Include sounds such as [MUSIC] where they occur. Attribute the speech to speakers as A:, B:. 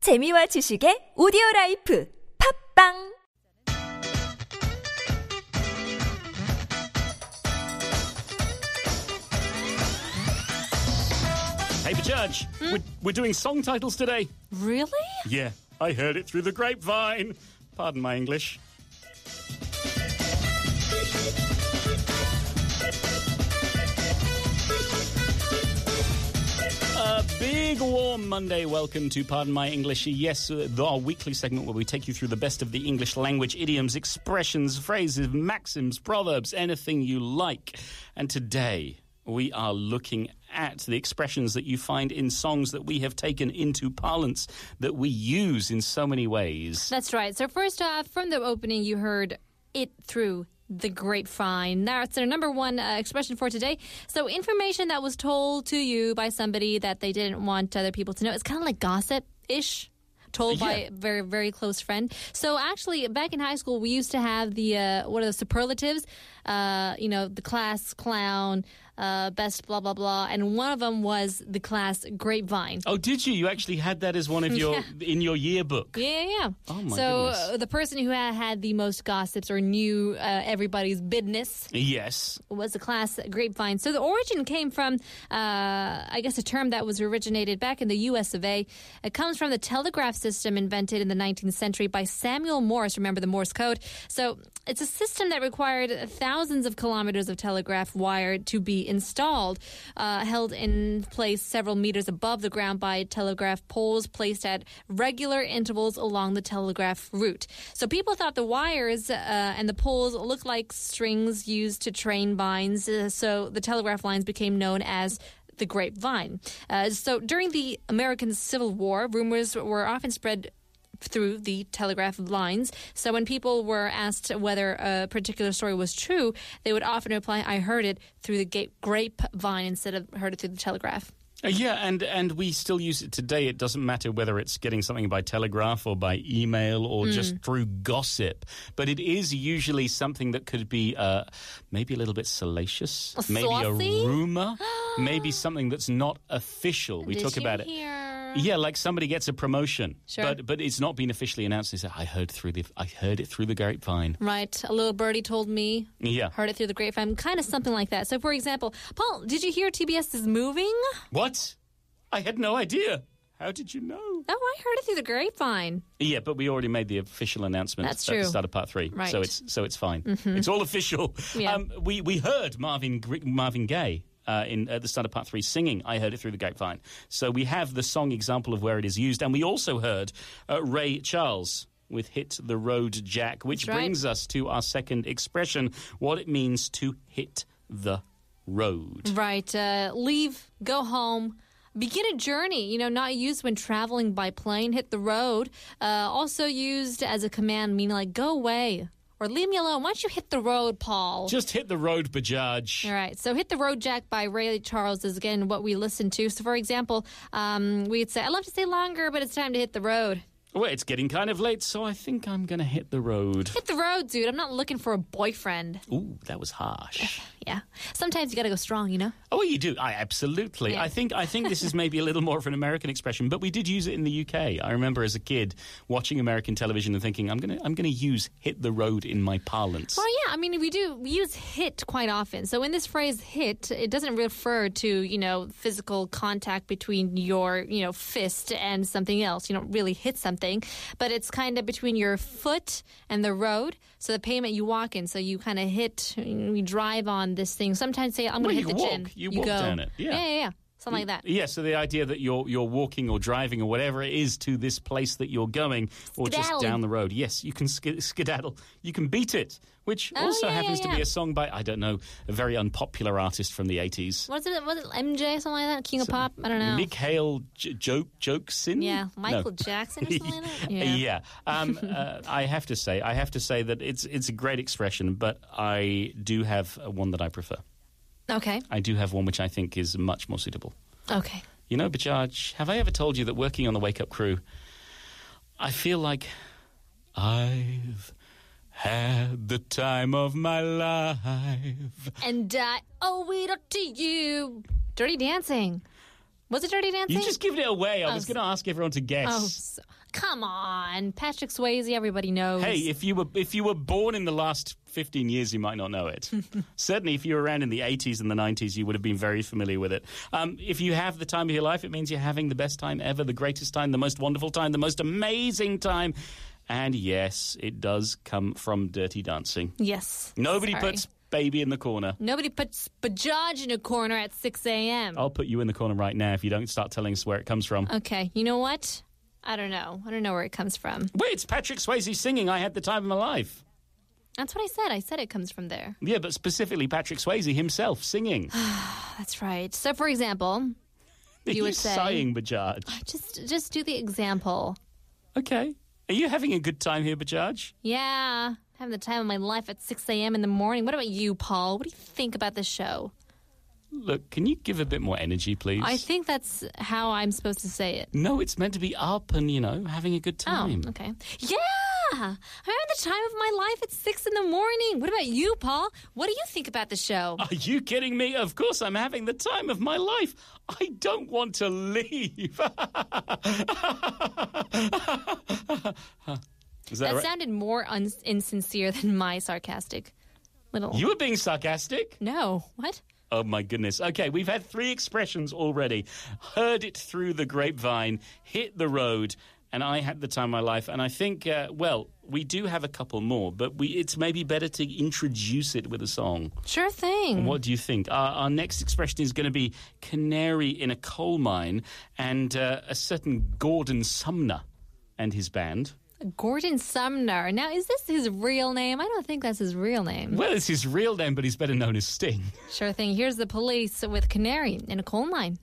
A: 재미와 지식의 오디오 라이프 팝빵
B: Paper Judge, we're, we're doing song titles today.
C: Really?
B: Yeah, I heard it through the grapevine. Pardon my English. A big warm Monday. Welcome to Pardon My English. Yes, uh, the- our weekly segment where we take you through the best of the English language idioms, expressions, phrases, maxims, proverbs, anything you like. And today we are looking at the expressions that you find in songs that we have taken into parlance that we use in so many ways.
C: That's right. So, first off, from the opening, you heard it through the grapevine. That's our number one uh, expression for today. So, information that was told to you by somebody that they didn't want other people to know. It's kind of like gossip ish. Told by
B: Yeah.
C: a very very close friend. So actually, back in high school, we used to have the uh, what are the superlatives? Uh, you know, the class clown, uh, best blah blah blah, and one of them was the class grapevine.
B: Oh, did you? You actually had that as one
C: [LAUGHS]
B: of your in your yearbook.
C: Yeah, yeah, yeah.
B: Oh, my
C: so
B: goodness.
C: uh, the person who had, had the most gossips or knew uh, everybody's business
B: Yes.
C: was the class grapevine. So the origin came from, uh, I guess, a term that was originated back in the U.S. of A. It comes from the telegraph system invented in the 19th century by Samuel Morse. Remember the Morse code? So it's a system that required thousands of kilometers of telegraph wire to be installed, uh, held in place several meters above the ground by telegraph poles placed at regular intervals along the telegraph route. So people thought the wires uh, and the poles looked like strings used to train vines, uh, so the telegraph lines became known as the grapevine. Uh, so during the American Civil War, rumors were often spread through the telegraph lines. So when people were asked whether a particular story was true, they would often reply, "I heard it through the ga- grapevine" instead of "heard it through the telegraph."
B: Uh, Yeah, and and we still use it today. It doesn't matter whether it's getting something by telegraph or by email or
C: Mm.
B: just through gossip, but it is usually something that could be uh, maybe a little bit salacious, maybe a
C: saucy? [GASPS]
B: rumor, maybe something that's not official. We
C: Did
B: talk
C: you
B: about it.
C: hear?
B: Yeah, like somebody gets a promotion,
C: Sure.
B: but but it's not been officially announced. They say, "I heard through the I heard it through the grapevine."
C: Right, a little birdie told me.
B: Yeah.
C: Heard it through the grapevine, kind of something like that. So, for example, Paul, did you hear TBS is moving?
B: What? I had no idea. How did you know?
C: Oh, I heard it through the grapevine.
B: Yeah, but we already made the official announcement
C: That's
B: at the
C: true.
B: start of part three,
C: Right. Mm-hmm.
B: so it's so it's fine. It's all official.
C: Yeah.
B: Um, we we heard Marvin Gr- Marvin Gaye. Uh, in at the start of part three, singing, I heard it through the grapevine. So we have the song example of where it is used, and we also heard uh, Ray Charles with "Hit the Road, Jack," which
C: That's right.
B: brings us to our second expression: what it means to hit the road.
C: Right, uh, leave, go home. Begin a journey, you know, not used when traveling by plane, hit the road. Uh, also used as a command, meaning like, go away or leave me alone. Why don't you hit the road, Paul?
B: Just hit the road, Bajaj.
C: All right. So, Hit the Road Jack by Ray Charles is again what we listen to. So, for example, um, we'd say, I love to stay longer, but it's time to hit the road.
B: Well, it's getting kind of late, so I think I'm going to hit the
C: [LAUGHS]
B: road.
C: Hit the road, dude. I'm not looking for a boyfriend.
B: Ooh, that was
C: [LAUGHS]
B: harsh.
C: Yeah. Sometimes you got to go strong, you know?
B: Oh, you do. I absolutely.
C: Yeah.
B: I think. I think this is maybe a little more of an American expression, but we did use it in the UK. I remember as a kid watching American television and thinking, "I'm gonna, I'm gonna use hit the road in my parlance."
C: Well, yeah. I mean, we do we use hit quite often. So, in this phrase hit, it doesn't refer to, you know, physical contact between your, you know, fist and something else. You don't really hit something, but it's kind of between your foot and the road. So, the pavement you walk in. So, you kind of hit, we drive on this thing. Sometimes say, I'm
B: Well,
C: going to
B: you
C: hit the
B: walk.
C: gym.
B: You walk down it. Yeah.
C: Yeah, yeah, yeah. Something like that.
B: Yeah, so the idea that you're you're walking or driving or whatever it is to this place that you're going, or just
C: Skedaddle.
B: down the road. Yes, you can sk- skedaddle. You can beat it, which
C: Oh,
B: also
C: yeah, yeah,
B: happens to be
C: yeah.
B: a song by I don't know a very unpopular artist from the eighties,
C: What's it? Was it MJ? Something like that? King of Pop? I don't know.
B: Mikhail J- Joke Jokesin.
C: yeah,
B: No. [LAUGHS]
C: Michael Jackson or something like that. Yeah.
B: Um, uh, I have to say, I have to say that it's it's a great expression, but I do have one that I prefer.
C: Okay.
B: I do have one which I think is much more suitable.
C: Okay.
B: You know, Bajaj, have I ever told you that working on the Wake Up Crew, I feel like I've had the time of my life.
C: and I owe it all to you. Dirty Dancing. Was it Dirty Dancing?
B: You just give it away. I was
C: Oh,
B: going to ask everyone to guess.
C: Oh, so- come on. Patrick Swayze, everybody knows.
B: Hey, if you were if you were born in the last 15 years, you might not know it. Certainly, if you were around in the 80s and the 90s, you would have been very familiar with it. Um, if you have the time of your life, it means you're having the best time ever, the greatest time, the most wonderful time, the most amazing time. And yes, it does come from Dirty Dancing.
C: yes.
B: Nobody
C: Sorry.
B: puts baby in the corner.
C: Nobody puts Bajaj in a corner at 6 a.m.
B: I'll put you in the corner right now if you don't start telling us where it comes from.
C: Okay, you know what? I don't know. I don't know where it comes from.
B: Wait, it's Patrick Swayze singing I Had the Time of My Life.
C: That's what I said. I said it comes from there.
B: Yeah, but specifically Patrick Swayze himself singing.
C: Oh, That's right. So, for example,
B: You
C: would say-
B: sighing, Bajaj.
C: just just do the example.
B: Okay. Are you having a good time here, Bajaj?
C: Yeah, having the time of my life at 6 a.m. in the morning. What about you, Paul? What do you think about the show?
B: Look, can you give a bit more energy, please?
C: I think that's how I'm supposed to say it.
B: No, it's meant to be up and, you know, having a good
C: Oh,
B: time.
C: okay. Yeah, I'm having the time of my life at 6 in the morning. What about you, Paul? What do you think about the show?
B: Are you kidding me? Of course I'm having the time of my life. I don't want to leave. [LAUGHS] Is that,
C: That
B: right?
C: sounded more un- insincere than my sarcastic little.
B: you were being sarcastic?
C: no, what?
B: Oh my goodness. Okay, we've had three expressions already. Heard it through the grapevine, hit the road, and I had the time of my life. And I think, uh, well, we do have a couple more, but we, it's maybe better to introduce it with a song.
C: Sure thing.
B: What do you think? Our, our next expression is going to be canary in a coal mine and uh, a certain Gordon Sumner and his band.
C: Gordon Sumner. Now, is this his real name? I don't think that's his real name.
B: Well, it's his real name, but he's better known as Sting.
C: Sure thing. Here's the police with Canary in a coal mine.